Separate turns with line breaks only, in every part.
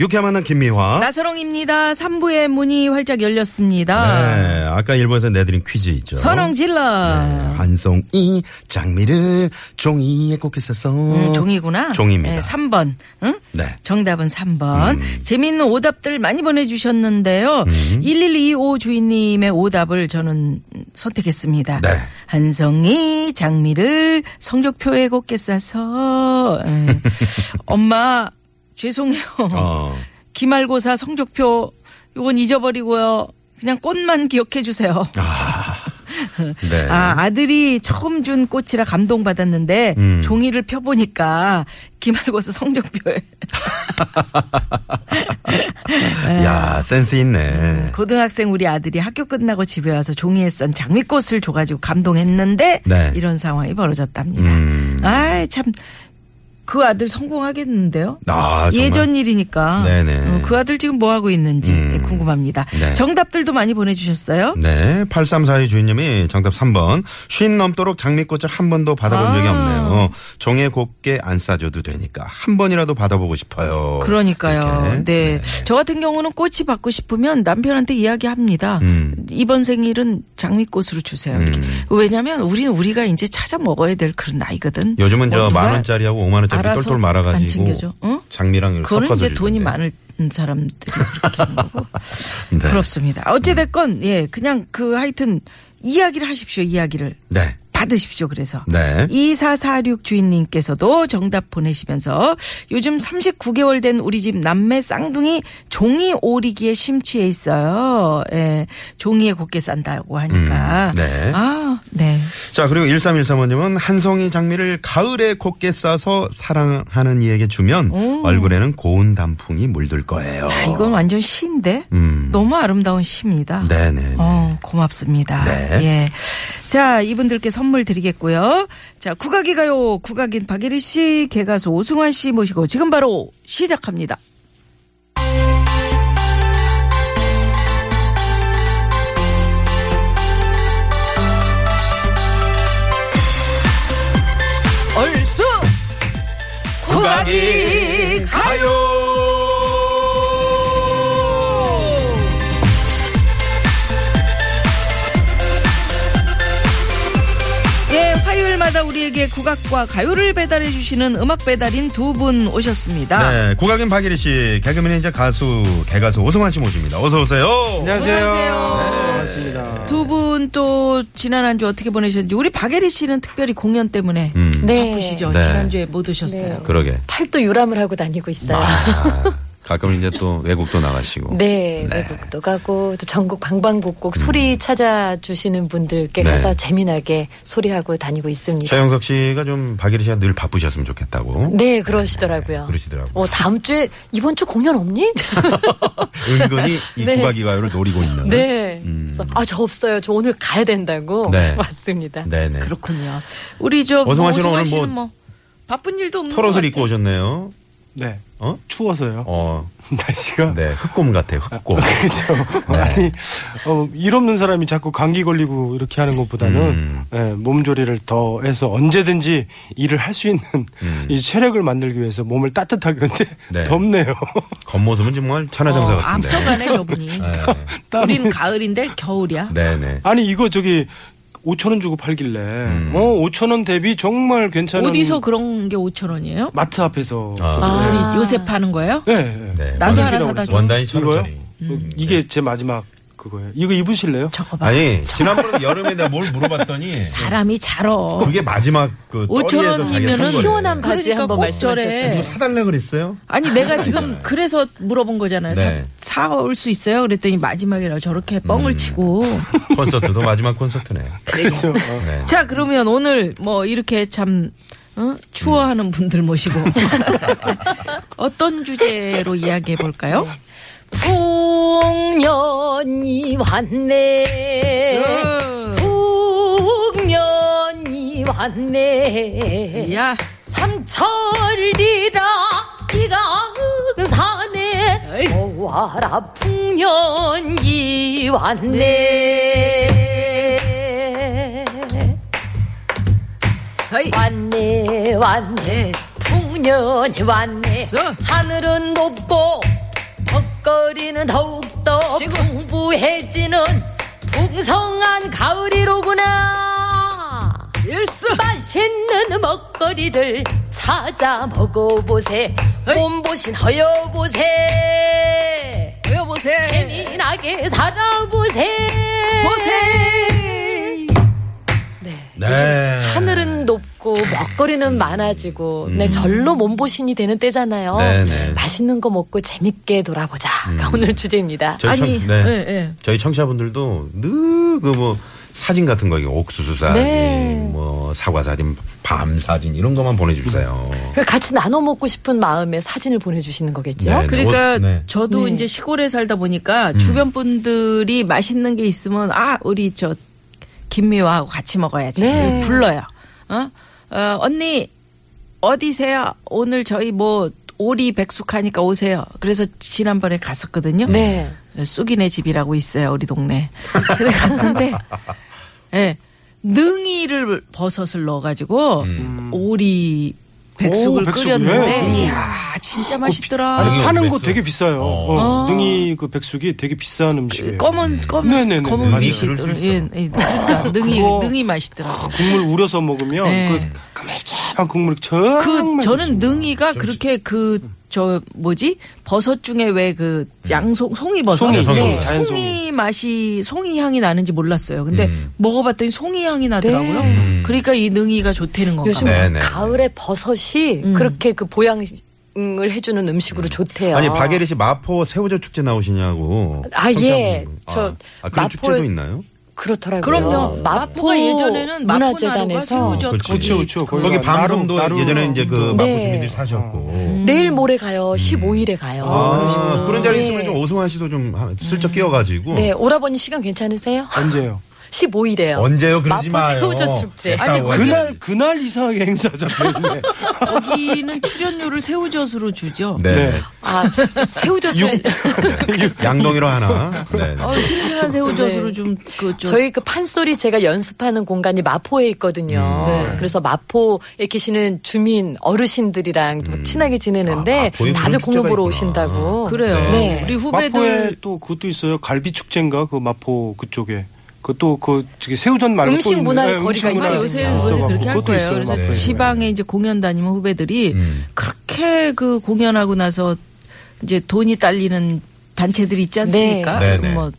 유쾌한 만남 김미화.
나서롱입니다. 3부의 문이 활짝 열렸습니다.
네, 아까 일본에서 내드린 퀴즈 있죠.
선홍 질러.
네, 한송이 장미를 종이에 꽂게 써서.
음, 종이구나. 네,
종이입니다. 음.
3번. 응?
네.
정답은 3번. 재미있는 오답들 많이 보내주셨는데요.
음.
1125 주인님의 오답을 저는 선택했습니다.
네.
한성이 장미를 성적표에 곱게 싸서. 예. 엄마, 죄송해요.
어.
기말고사 성적표, 요건 잊어버리고요. 그냥 꽃만 기억해 주세요.
네.
아, 아들이 처음 준 꽃이라 감동받았는데
음.
종이를 펴보니까 기말고사 성적표에
네.
네.
야, 센스 있네.
고등학생 우리 아들이 학교 끝나고 집에 와서 종이에 썬 장미꽃을 줘가지고 감동했는데
네.
이런 상황이 벌어졌답니다.
음.
아이 참. 그 아들 성공하겠는데요?
아, 정말.
예전 일이니까.
네네.
어, 그 아들 지금 뭐 하고 있는지
음.
궁금합니다.
네.
정답들도 많이 보내주셨어요.
네. 8342 주인님이 정답 3번. 쉰 넘도록 장미꽃을 한 번도 받아본
아.
적이 없네요. 종에 곱게 안 싸줘도 되니까 한 번이라도 받아보고 싶어요.
그러니까요.
이렇게.
네. 저 같은 경우는 꽃이 받고 싶으면 남편한테 이야기합니다.
음.
이번 생일은 장미꽃으로 주세요. 이렇게.
음.
왜냐면 우리는 우리가 이제 찾아 먹어야 될 그런 나이거든.
요즘은 저
어, 누가
만 원짜리하고 오만 원짜리
알아서
똘똘
안
말아가지고
챙겨줘. 응?
장미랑 이렇게
그거는
섞어서
이제 돈이
주던데.
많을 사람들이 그렇게 하는 거고.
네.
부럽습니다. 어찌됐건 예, 그냥 그 하여튼 이야기를 하십시오. 이야기를
네.
받으십시오. 그래서
네.
2446 주인님께서도 정답 보내시면서 요즘 39개월 된 우리 집 남매 쌍둥이 종이 오리기에 심취해 있어요. 예. 종이에 곱게 싼다고 하니까.
음, 네.
아, 네.
자, 그리고 1313번님은 한송이 장미를 가을에 곱게 싸서 사랑하는 이에게 주면 얼굴에는 고운 단풍이 물들 거예요.
아, 이건 완전 시인데?
음.
너무 아름다운 시입니다.
네네.
어, 고맙습니다.
네.
예. 자, 이분들께 선물 드리겠고요. 자, 국악이 가요. 국악인 박예리 씨, 개가수 오승환 씨 모시고 지금 바로 시작합니다. 얼쑤! 국악이 가요! 예, 화요일마다 우리에게 국악과 가요를 배달해 주시는 음악 배달인 두 분 오셨습니다.
네, 국악인 박예리 씨, 개그맨의 이제 가수, 개가수 오승환 씨 모십니다. 어서 오세요.
네,
네.
반갑습니다.
두 분 또 지난 한 주 어떻게 보내셨는지 우리 박예리 씨는 특별히 공연 때문에
음,
네.
바쁘시죠.
네.
지난주에 못 오셨어요.
그러게.
팔도 유람을 하고 다니고 있어요.
아, 가끔 이제 또 외국도 나가시고.
네, 외국도 가고 또 전국 방방곡곡 소리 찾아주시는 분들께
네.
가서 재미나게 소리하고 다니고 있습니다.
최영석 씨가 좀 박예리 씨가 늘 바쁘셨으면 좋겠다고.
네, 그러시더라고요.
네, 그러시더라고요.
어, 다음 주에 이번 주 공연 없니?
은근히 이
네.
국악이 가요를 노리고 있는.
네.
음.
그래서 아, 저 없어요. 저 오늘 가야 된다고
네.
왔습니다.
네네.
그렇군요. 우리 저
오승환 씨는
오승환
오늘 뭐
씨는 뭐 바쁜 일도 없는
털옷을
것
입고 오셨네요.
네.
어?
추워서요.
어,
날씨가.
네. 흑곰 같아요, 흑곰.
그렇죠.
네.
아니 어, 일 없는 사람이 자꾸 감기 걸리고 이렇게 하는 것보다는
음.
예, 몸조리를 더 해서 언제든지 일을 할 수 있는 이 체력을 만들기 위해서 몸을 따뜻하게 근데
음. 네.
덥네요.
겉모습은 정말 천하장사
같아요. 어,
같은데.
앞서가네 저분이.
땀이.
우린 그 가을인데 겨울이야.
네네.
아니 이거 저기 5천 원 주고 팔길래
음.
어 5천 원 대비 정말 괜찮은
어디서 그런 게 5천 원이에요?
마트 앞에서
아,
아.
우리 요새 파는 거예요?
예, 예.
네.
나도 하나
만들기라고
사다
그러죠.
줘.
원단이 천
이거요?
원짜리. 네.
어, 이게 제 마지막 그거예요. 이거 입으실래요?
저거 봐.
아니, 지난번에 여름에 내가 뭘 물어봤더니
사람이 잘 어.
그게 마지막 그
오천
떠리에서 자기가
원이면은
산 거래요.
시원한 바지
그러니까
한번
꼭 저래.
말씀하셨더니
사달라 그랬어요?
아니 내가 지금 그래서 물어본 거잖아요.
예. 네.
사, 올 수 있어요? 그랬더니 마지막이라 저렇게 뻥을
음.
치고.
콘서트도 마지막 콘서트네.
그렇죠. 어.
네.
자 그러면 오늘 뭐 이렇게 참 어?
음.
추워하는 분들 모시고 어떤 주제로 이야기해 볼까요?
풍년이 왔네. 풍년이 왔네.
야,
삼철이라 이강산에
에이.
오와라 풍년이 왔네.
어이,
왔네 왔네
네.
풍년이 왔네
써.
하늘은 높고 벚거리는 더욱더
쉬고.
풍부해지는 풍성한 가을이로구나
일수.
맛있는 먹거리를 찾아 먹어보세 몸보신 허여보세
보여보세요.
재미나게 살아보세
보세요.
네.
하늘은 높고 먹거리는 많아지고 네, 절로 몸보신이 되는 때잖아요.
음. 네네. 음.
맛있는 거 먹고 재밌게 놀아보자. 가 오늘 주제입니다.
저희
아니,
청, 네.
예, 예.
저희 청취자분들도 늘 그 뭐 사진 같은 거, 이게 옥수수 사진,
네.
뭐 사과 사진, 밤 사진 이런 것만 보내주세요.
같이 나눠 먹고 싶은 마음에 사진을 보내주시는 거겠죠.
네.
그러니까
옷, 네.
저도
네.
이제 시골에 살다 보니까 주변 분들이 맛있는 게 있으면 아 우리 저 김미화하고 같이 먹어야지
네.
불러요. 어? 어, 언니 어디세요? 오늘 저희 뭐 오리 백숙하니까 오세요. 그래서 지난번에 갔었거든요.
네.
쑥이네 집이라고 있어요 우리 동네. 근데 갔는데 예, 능이를 버섯을 넣어가지고
음.
오리 백숙을
오, 백숙,
끓였는데
예.
이야 진짜 맛있더라.
능이
아, 파는 거
백숙.
되게 비싸요.
어.
어,
아.
능이 그 백숙이 되게 비싼 음식이에요.
검은 검은
예. 네네네.
검은
맞아요.
맛이
그럴
들어.
수 있어.
예, 예, 그러니까 능이
그거-
능이 맛있더라고.
아, 국물 우려서 먹으면
네.
그 까매짝한 국물이 정말
그 저는
맛있어요.
능이가 그렇게 그 저 뭐지 버섯 중에 왜 그 양송 송이 버섯
음. 송이,
송이,
네.
자연 송이.
송이 맛이 송이 향이 나는지 몰랐어요. 근데
음.
먹어봤더니 송이 향이 나더라고요.
네.
음.
그러니까 이 능이가 좋다는 건가.
요즘
봐요.
네, 네.
가을에 버섯이
음.
그렇게 그 보양을 해주는 음식으로 좋대요.
아니 박예리 씨 마포 새우젓 축제 나오시냐고.
아, 예.
청취자분들.
저
아, 그런
마포-
축제도 있나요?
그렇더라고요.
그럼요.
뭐 마포
마포가 예전에는 마포 나루가
문화재단에서
새우젓
그렇지.
거기
그렇죠, 그렇죠.
거기
나루,
밤섬도
나루.
예전에 이제 그
네.
마포 주민들이 사셨고.
음.
내일 모레 가요. 15일에 가요.
음. 아, 그런 자리 있으면
음. 네.
좀 오승환 씨도 좀 하- 슬쩍 끼어가지고.
네, 오라버니 시간 괜찮으세요?
언제요?
15일에요.
언제요? 그러지
마포
마요. 네.
새우젓 축제.
됐다고
아니,
하지.
그날 그날 이상하게 행사 잡혀있네.
거기는 출연료를 새우젓으로 주죠.
네.
네.
아, 새우젓은
양동이로 하나. 네. 네.
어, 싱싱한 새우젓으로
네.
좀 그좀
저희 그 판소리 제가 연습하는 공간이 마포에 있거든요.
네.
그래서 마포에 계시는 주민 어르신들이랑 또 친하게
아,
지내는데
마포에 그런
다들 공연 보러
축제가 있구나.
오신다고.
그래요.
네.
우리
마포에
후배들
또 그것도 있어요. 갈비 축제인가 그 마포 그쪽에. 그것도 그 저기 새우전 말고
음식
또 있는-
문화의
예, 음식
거리가
정말
문화가
요새는
있어갖고 네.
요새 그렇게 할
그것도
거예요.
있어요,
그래서
마포에.
지방에 이제 공연 다니는 후배들이
음.
그렇게 그 공연하고 나서 이제 돈이 딸리는 단체들이 있지 않습니까?
네. 네, 네.
뭐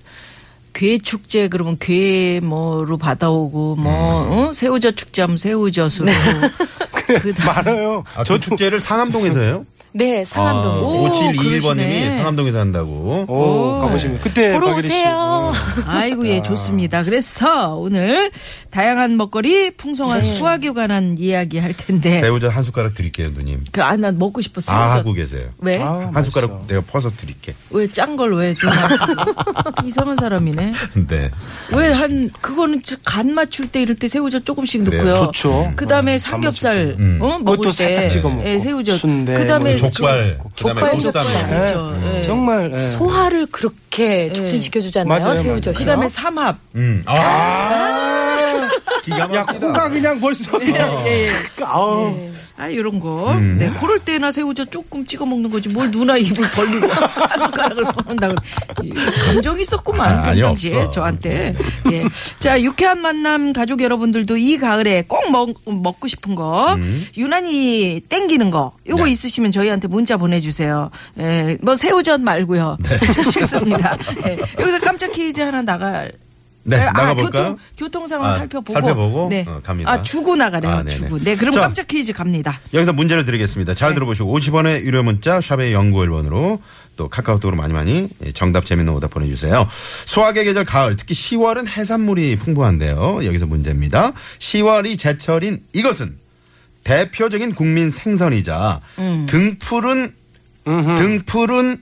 괴축제 그러면 괴 뭐로 받아오고
음.
뭐 어? 새우젓 축제하면 새우젓으로
네.
그
많아요.
아, 저
저
축제를 상암동에서 해요? 아,
네, 상암동에서.
오,
5721번님이
그러시네.
상암동에서 한다고.
오, 가보시면 그때
보러
박예리 씨.
오세요.
음.
아이고 예 좋습니다. 그래서 오늘 다양한 먹거리
네.
풍성한 수확에 관한 이야기 할 텐데
네. 새우젓 한 숟가락 드릴게요, 누님.
그아난 먹고 싶었어요.
아,
저-
하고 계세요.
왜?
아,
한
맛있어.
숟가락 내가 퍼서 드릴게.
왜 짠 걸 왜 좀 이상한 사람이네.
네.
왜 한 그거는 진짜 간 맞출 때 이럴 때 새우젓 조금씩
그래요.
넣고요.
좋죠.
그다음에
어,
삼겹살
때. 음.
어, 먹을 때
그것도 살짝 찍어 먹고.
예, 새우젓.
순대
그다음에
뭐
족발,
족발,
그다음에
족발.
보쌈.
예.
그렇죠. 예.
정말 예.
소화를 그렇게 촉진시켜주잖아요.
맞아요,
새우젓이.
그다음에 삼합.
음. 아! 기가
야
막히다.
코가 그냥 벌써 그냥
예, 예.
아. 네. 아우
아 이런 거.
음.
네. 그럴 때나 새우젓 조금 찍어 먹는 거지. 뭘 누나 입을 벌리고 손가락을 먹는다. 감정이 있었구만
아, 아니,
평상시에
없어. 음.
저한테. 예. 자 유쾌한 만남 가족 여러분들도 이 가을에 꼭 먹, 먹고 싶은 거 유난히 땡기는 거 요거
음. 네.
있으시면 저희한테 문자 보내주세요. 예. 뭐 새우젓 말고요.
네.
좋습니다. 예. 여기서 깜짝 퀴즈 하나 나갈.
네,
아,
나가볼까요?
교통, 교통 상황
아,
살펴보고.
살펴보고? 어, 갑니다.
아, 주고 나가래요.
아, 네네.
주고. 네, 그럼
자.
깜짝 퀴즈 갑니다.
여기서 문제를 드리겠습니다. 잘 들어보시고 50원의 유료 문자 샵의 0951번으로 또 카카오톡으로 많이 많이 정답 재밌는 오답 보내주세요. 수확의 계절 가을 특히 10월은 해산물이 풍부한데요. 여기서 문제입니다. 10월이 제철인 이것은 대표적인 국민 생선이자 등푸른 등푸른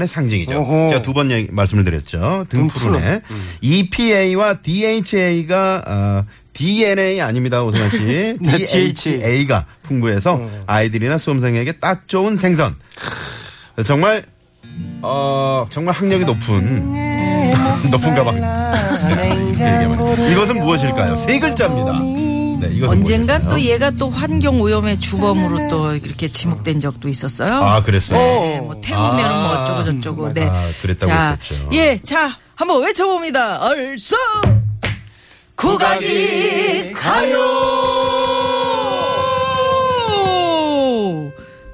생선의 상징이죠.
어허.
제가 두 번 말씀을 드렸죠. E 등푸른에 EPA와 DHA가 아, DNA 아닙니다, 오선아 씨.
네,
DHA가 풍부해서
음.
아이들이나 수험생에게 딱 좋은 생선. 정말 어 정말 학력이 높은 높은 가방. 이것은 무엇일까요? 세 글자입니다. 네, 이것은
언젠간
무엇일까요?
또 예. 얘가 또 환경 오염의 주범으로 또 이렇게 지목된 적도 있었어요.
아, 그랬어요?
네, 뭐 태우면 은뭐
아,
어쩌고 저쩌고. 네.
아, 그랬다고
자,
했었죠.
예, 자, 한번 외쳐봅니다. 얼쑤 구가지 가요.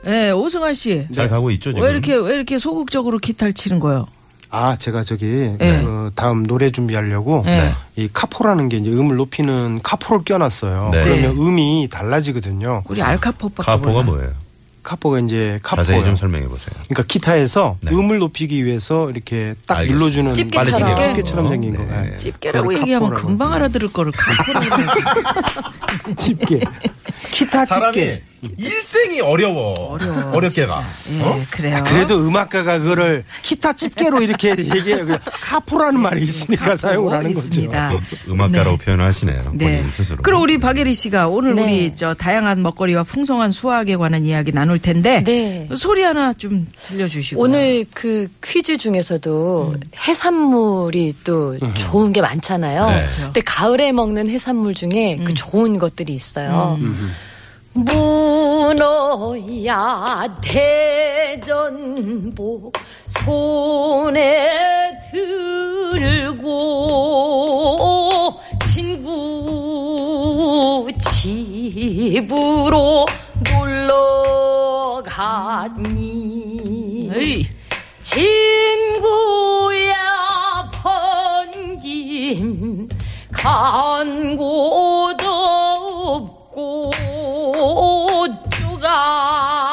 예, 오승환 씨.
잘 가고 있죠, 네, 지금.
왜 네. 어, 이렇게 왜 이렇게 소극적으로 기타를 치는 거예요?
아, 제가 저기
네.
그 다음 노래 준비하려고
네.
이 카포라는 게 이제 음을 높이는 카포를 껴놨어요.
네.
그러면 음이 달라지거든요.
우리 알카포밖에
가포가
몰라.
뭐예요?
카포가 이제 카포.
자세히 좀 설명해 보세요.
그러니까 기타에서
네.
음을 높이기 위해서 이렇게 딱
알겠습니다.
눌러주는
집게처럼.
빠르시네요.
네.
집게처럼 생긴 거.
네.
네.
집게라고
그걸
얘기하면
카포라고
금방 알아들을 거를 카포라고. 해요.
집게. 기타
사람이
집게.
일생이 어려워. 어려워. 아, 렵게 가.
예, 그래요.
아, 그래도 음악가가 그거를 기타 집게로 이렇게 얘기해요. 그냥 카포라는 말이 있으니까 사용을 하는
네, 있습니다.
거죠. 네.
음악가라고 표현하시네요. 본인 스스로.
그럼 우리 박예리 씨가 오늘
네.
우리 저 다양한 먹거리와 풍성한 수학에 관한 이야기 나눌 텐데
네.
소리 하나 좀 들려주시고
오늘 그 퀴즈 중에서도 해산물이 또 좋은 게 많잖아요.
네. 그렇죠.
근데 가을에 먹는 해산물 중에
음.
그 좋은 것들이 있어요. 문어야 대전복 손에 들고 친구 집으로 놀러 가니
에이,
친구야 번짐 간 곳 없고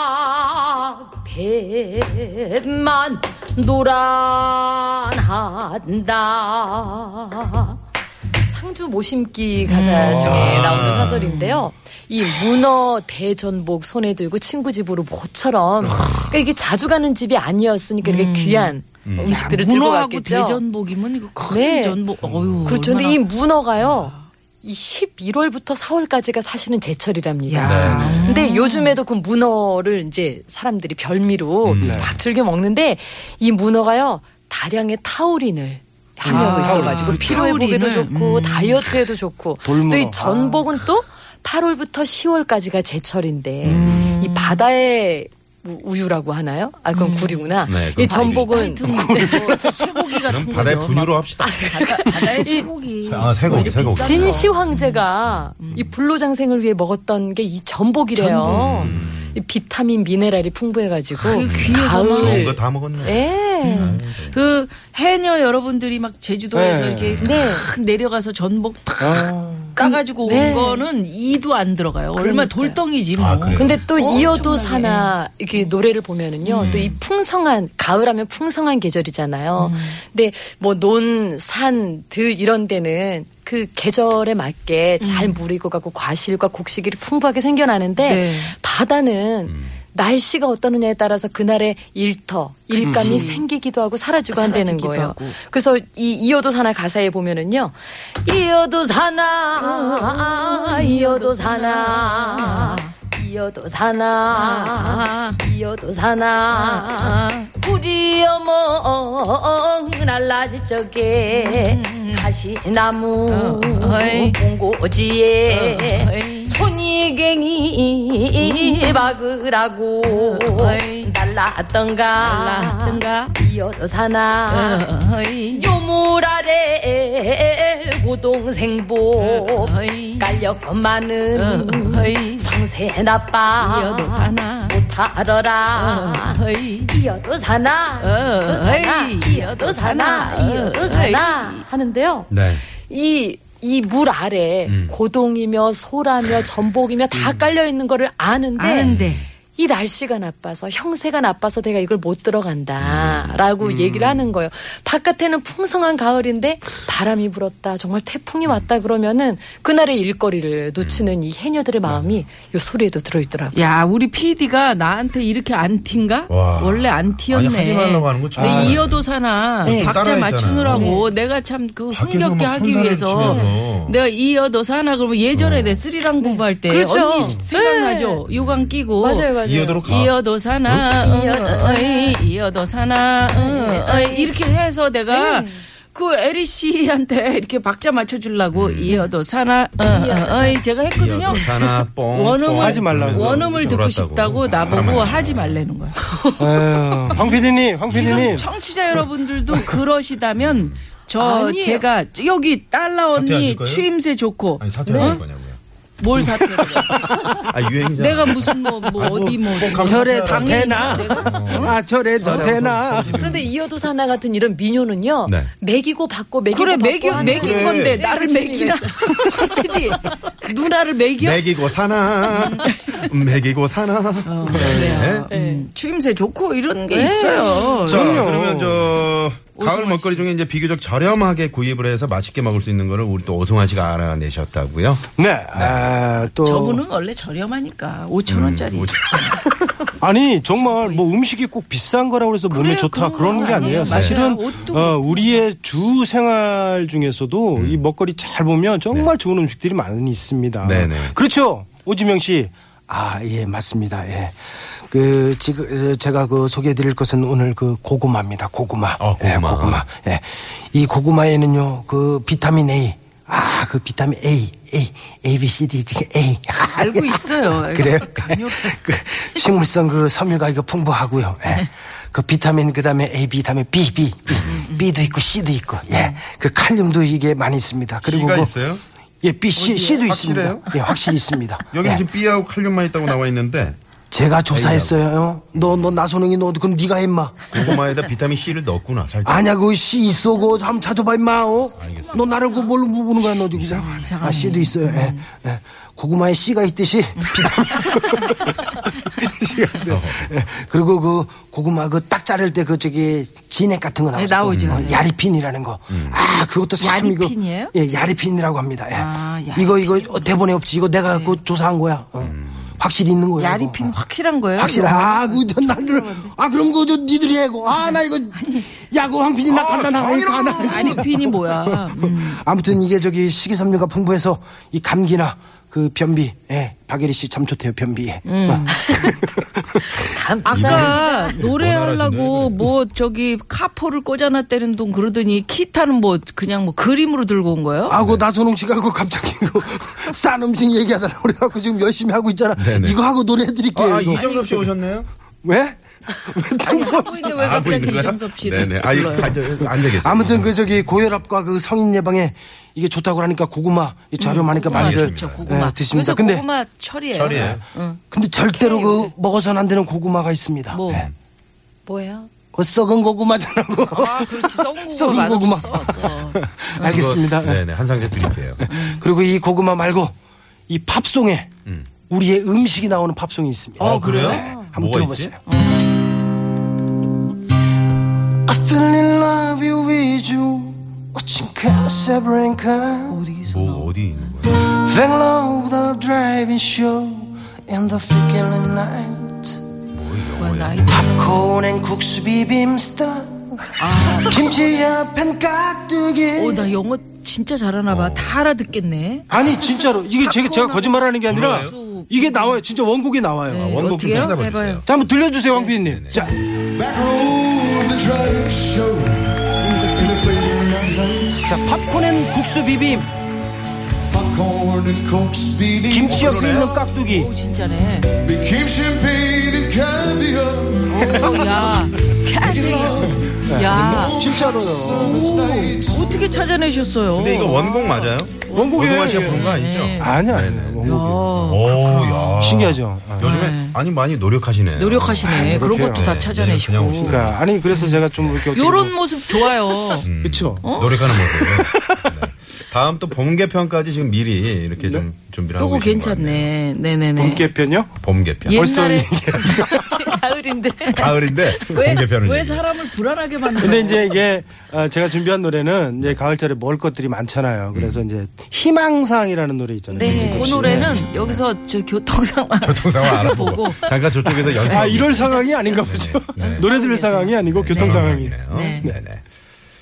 쪼가 배만 노란한다 상주 모심기
음.
가사 중에
아.
나오는 사설인데요. 이 문어 대전복 손에 들고 친구 집으로
아.
모처럼 그러니까 이게 자주 가는 집이 아니었으니까 이렇게 귀한 음. 식들을 들고
문어하고
갔겠죠.
대전복이면 이거 큰
네.
전복 어유
그렇죠. 근데 이 문어가요. 이 11월부터 4월까지가 사실은 제철이랍니다.
네,
야.
근데 요즘에도 그 문어를 이제 사람들이 별미로
음.
음.
막 즐겨 먹는데 이 문어가요 다량의 타우린을 함유하고
아,
있어가지고
타우린.
피로 회복에도
타우린을, 음.
좋고 다이어트에도 좋고
돌문어.
또 이 전복은
아.
또 8월부터 10월까지가 제철인데
음.
이 바다의 우- 우유라고 하나요? 아 그건 구리구나.
네, 그건
이 전복은
쇠고기 같은
그럼 바다의
거죠. 아,
분유로 합시다.
네.
바다의 쇠고기
아, 새고기, 새고기.
진시 황제가 이 불로장생을 위해 먹었던 게 이 음. 전복이래요. 아, 이 비타민 미네랄이 풍부해가지고
그
아, 음,
귀에서 막
좋은
가을
거 다 먹었네.
예.
그 해녀 여러분들이 막 제주도에서
네.
이렇게 탁 내려가서 전복 탁
아.
까가지고
네.
온 거는 이도 안 들어가요 얼마
그러니까요.
돌덩이지 뭐
아, 그래요?
근데 또 이어도
정말,
사나 이렇게 노래를 보면은요 또 이 풍성한 가을하면 풍성한 계절이잖아요. 근데 뭐 논 산 들 이런 데는 그 계절에 맞게 잘 무르고 가고 과실과 곡식이 풍부하게 생겨나는데
네.
바다는 날씨가 어떠느냐에 따라서 그날의 일터, 일감이 생기기도 하고 사라지고 한다는
사라지기도
거예요.
하고.
그래서 이 이어도 사나 가사에 보면은요. 이어도 사나, 이어도 사나, 이어도
아,
사나, 이어도 사나, 우리 어, 어머 날라리 적에 가시나무
어이.
봉고지에
어이.
손이갱이 박으라고
어이.
날랐던가
라든가
이어도
아,
사나
어이
요물 아래 고동생보
어이.
깔렸건만은
어이
성세 나빠
네. 이어도 사나. 아.
못하러라
어이
이어도 사나 이어도 사나
어이.
이어도 사나 이어도 사나 하는데요
네.
이 이 물 아래 고동이며 소라며 전복이며 다 깔려 있는 거를 아는데
아는데
이 날씨가 나빠서 형세가 나빠서 내가 이걸 못 들어간다라고
음.
얘기를 하는 거예요. 바깥에는 풍성한 가을인데 바람이 불었다, 정말 태풍이 왔다 그러면은 그날의 일거리를 놓치는 이 해녀들의 마음이 요 소리에도 들어있더라고요.
야, 우리 PD가 나한테 이렇게 안티인가?
와.
원래 안티였네.
아니, 하지 말라고 하는 거 처음
내
알았네.
이어도 사나
네.
박자
따라했잖아요.
맞추느라고 내가 참 그
밖에서
흥겹게
막
하기
손사래를
위해서 네.
치면서.
내가 이어도 사나 그러면 예전에 내 쓰리랑 공부할 때
그렇죠.
언니 생각나죠? 요강 끼고
맞아요, 맞아요.
이어도로 가.
이어도 사나 어, 어이, 이어도 사나
네,
어, 어이, 이렇게 해서 내가 그 에리 씨한테 이렇게 박자 맞춰주려고 이어도 사나 어, 어, 어이 제가 했거든요.
음. 네. 이어도 사나 뽕
원음을-
뽕
하지 말라고.
그러면서
원음을 듣고
울었다고. 아.
싶다고 나보고
바람을
하지 말라는 거야.
아유, 황 PD님, 황
지금
PD님.
청취자 여러분들도 그러시다면 저
아니에요.
제가 여기 딸라 언니
사퇴하실 거예요?
추임새 좋고
아니 사퇴할 거냐고요.
뭘 사퇴를
아 유행이잖아.
네? 내가 무슨 뭐, 뭐 어디 뭐
저래도 되나? 아, 저래도 되나? 네.
그런데 이어도 사나 같은 이런 미녀는요.
네.
매기고 받고 매기고
그래
받고
매기
하는 네.
매긴 건데
그런
나를
취미가
매기나 PD 누나를 매겨
먹이고 사나 먹이고 사나.
어, 그래요.
네.
음, 추임새 좋고 이런
네.
게 있어요.
자
그럼요.
그러면 저 가을 먹거리 중에 이제 비교적 저렴하게 구입을 해서 맛있게 먹을 수 있는 거를 우리 또 오승환 씨가 알아내셨다고요.
네. 아, 또
저분은 원래 저렴하니까 5천 원짜리.
아니 정말 뭐 음식이 꼭 비싼 거라고 해서 몸에
그래요,
좋다
그런
그런
건
게 아니에요.
아니에요. 맞아요.
사실은
옷도
어, 우리의 주 생활 중에서도
음.
이 먹거리 잘 보면 정말 좋은 음식들이 많이 있습니다.
네. 네네.
그렇죠, 오지명 씨. 아, 예, 맞습니다. 예. 그 지금 어, 제가 그 소개해 드릴 것은 오늘 그 고구마입니다. 고구마.
아, 고구마.
예, 고구마. 예. 이 고구마에는요. 그 비타민 A. 아, 그 비타민 A. A, A, B, C, D, E, 지금 A.
알고 있어요.
그래요?
강력.
그 식물성 그 섬유가 이거 풍부하고요. 예. 그 비타민 그다음에 A, B, 다음에 음. B, B, B, B도 있고 C도 있고, 예, 그 칼륨도 이게 많이 있습니다. 그리고
C가
그-
있어요?
예, B, C, C도 있습니다.
확실해요?
예, 확실히 있습니다.
여기는
예.
지금 B하고 칼륨만 있다고 나와 있는데
제가 조사했어요. 너, 너 나선홍이 너 그럼 네가 해, 임마.
고구마에다 비타민 C를 넣었구나 살짝.
아냐 그 C 있어 그 한번 찾아봐 임마 어? 너 나를 그 뭘로 보는 거야 너 지금 아 C도 있어요 예, 예. 고구마에 C가 있듯이 비타민 C가 있어요 예. 그리고 그 고구마 그 딱 자를 때 그 저기 진액 같은 거
네,
나오죠,
나오죠.
어, 야리핀이라는 거아 그것도 참 이거-
야리핀이에요?
예 야리핀이라고 합니다 예.
아, 야리핀.
이거 이거 어, 대본에 없지 이거 내가 그 조사한 거야 어. 확실히 있는 거야 이거.
야리핀 확실한 거예요?
확실하. 아, 그, 저, 나를. 아, 그럼 그, 저, 니들이 해고. 아, 나 이거. 야, 그 황피디 나 간다, 나 간다. 나 간다.
야리핀이 뭐야? 음.
아무튼 이게 저기 식이섬유가 풍부해서 이 감기나 그 변비. 예, 박예리 씨 참 좋대요, 변비.
음.
아,
감사합니다. 네.
아까 노래하려고 뭐 저기 카포를 꽂아놨다는 동 그러더니 기타는 뭐 그냥 뭐 그림으로 들고 온 거예요?
아고 나선홍 씨가 그 갑자기 그싼 음식 얘기하다라고 그래갖고 지금 열심히 하고 있잖아.
네네.
이거 하고 노래 해드릴게요. 아, 이거.
아, 이정섭 씨 오셨네요.
왜? 왜 딴 거?
하고 있는데 뭐 왜 갑자기 이정섭 씨를
아, 네네. 아, 이거 앉아 계세요.
아무튼 그 저기 고혈압과 그 성인 예방에 이게 좋다고 하니까 고구마 이 저렴하니까
고구마 좋죠,
많이들 예,
그렇죠, 고구마.
드십니다.
음. 그래서
근데
고구마 철이에요.
처리해.
근데 절대로 그 먹어서는 안 되는 고구마가 있습니다.
네, 뭐.
예.
뭐예요?
그 썩은 고구마잖아. 그거.
아, 그렇지. 썩은 고구마.
썩은 고구마.
고구마. 썩었어. 네.
알겠습니다. 예.
네네. 한 상자 드릴게요.
그리고 이 고구마 말고 이 팝송에 우리의 음식이 나오는 팝송이 있습니다.
음. 아,
네.
그래요?
한번 들어보세요. I fell in love you with you watching Casablanca
뭐 어디 있는 거야?
Fell in love with the driving show in the freaking night
뭐 나이
팝콘 앤 국수 비빔스타 Ah, 김치야 팬
어,
깍두기
나 영어 진짜 잘하나
어.
봐. 다 알아듣겠네.
아니 진짜로 이게 제가, 제가 거짓말하는 게 아니라
불러요?
이게 나와요 진짜 원곡이 나와요
뭐? 네,
원곡 좀
어떻게요?
찾아봐
해봐요.
주세요.
자 한번 들려주세요 황 PD님 자 자, 팝콘 앤 국수 비빔 김치 엿 있는 깍두기
오, 진짜네.
김치는
어, 야.
네,
캐스. 야.
진짜로요
오, 어떻게 찾아내셨어요?
근데 이거 원곡 맞아요?
원곡이에요,
오승환 씨가
예.
부른 거 아니죠?
아니야 아니야 원곡이
어,
오, 야.
신기하죠 네, 아.
요즘에 아니 많이 노력하시네.
노력하시네. 그런
그렇게요.
것도 다
네, 그냥
찾아내시고.
오시는
그러니까 아니 그래서 제가 좀 이렇게 어떻게
요런
좀-
음, 어?
모습 좋아요.
그쵸
노력하는 모습. 네. 다음 또 봄 개편까지 지금 미리 이렇게
네.
좀 준비를 하고
요거
계신 것 같네요.
괜찮네. 예. 네네네.
본 개편요?
봄 개편.
옛날에 가을인데
가을인데
왜,
봄 개편을
왜
얘기해요.
사람을 불안하게 만들어?
근데 이제 이게 어, 제가 준비한 노래는 이제 가을철에 먹을 것들이 많잖아요. 그래서 이제 희망사항이라는 노래 있잖아요.
네,
윤지석
그
씨.
노래는 여기서 저 교통 상황
교통상황 알아보고
보고
잠깐 저쪽에서 연습.
아 이럴 상황이 아닌가 보죠.
네, 네.
노래 들을 상황이 아니고 교통 상황이에요.
상황이네요.
네.
네네.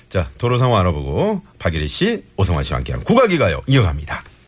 자 도로 상황 알아보고 박예리 씨, 오성환 씨와 함께하는 국악이가요 이어갑니다.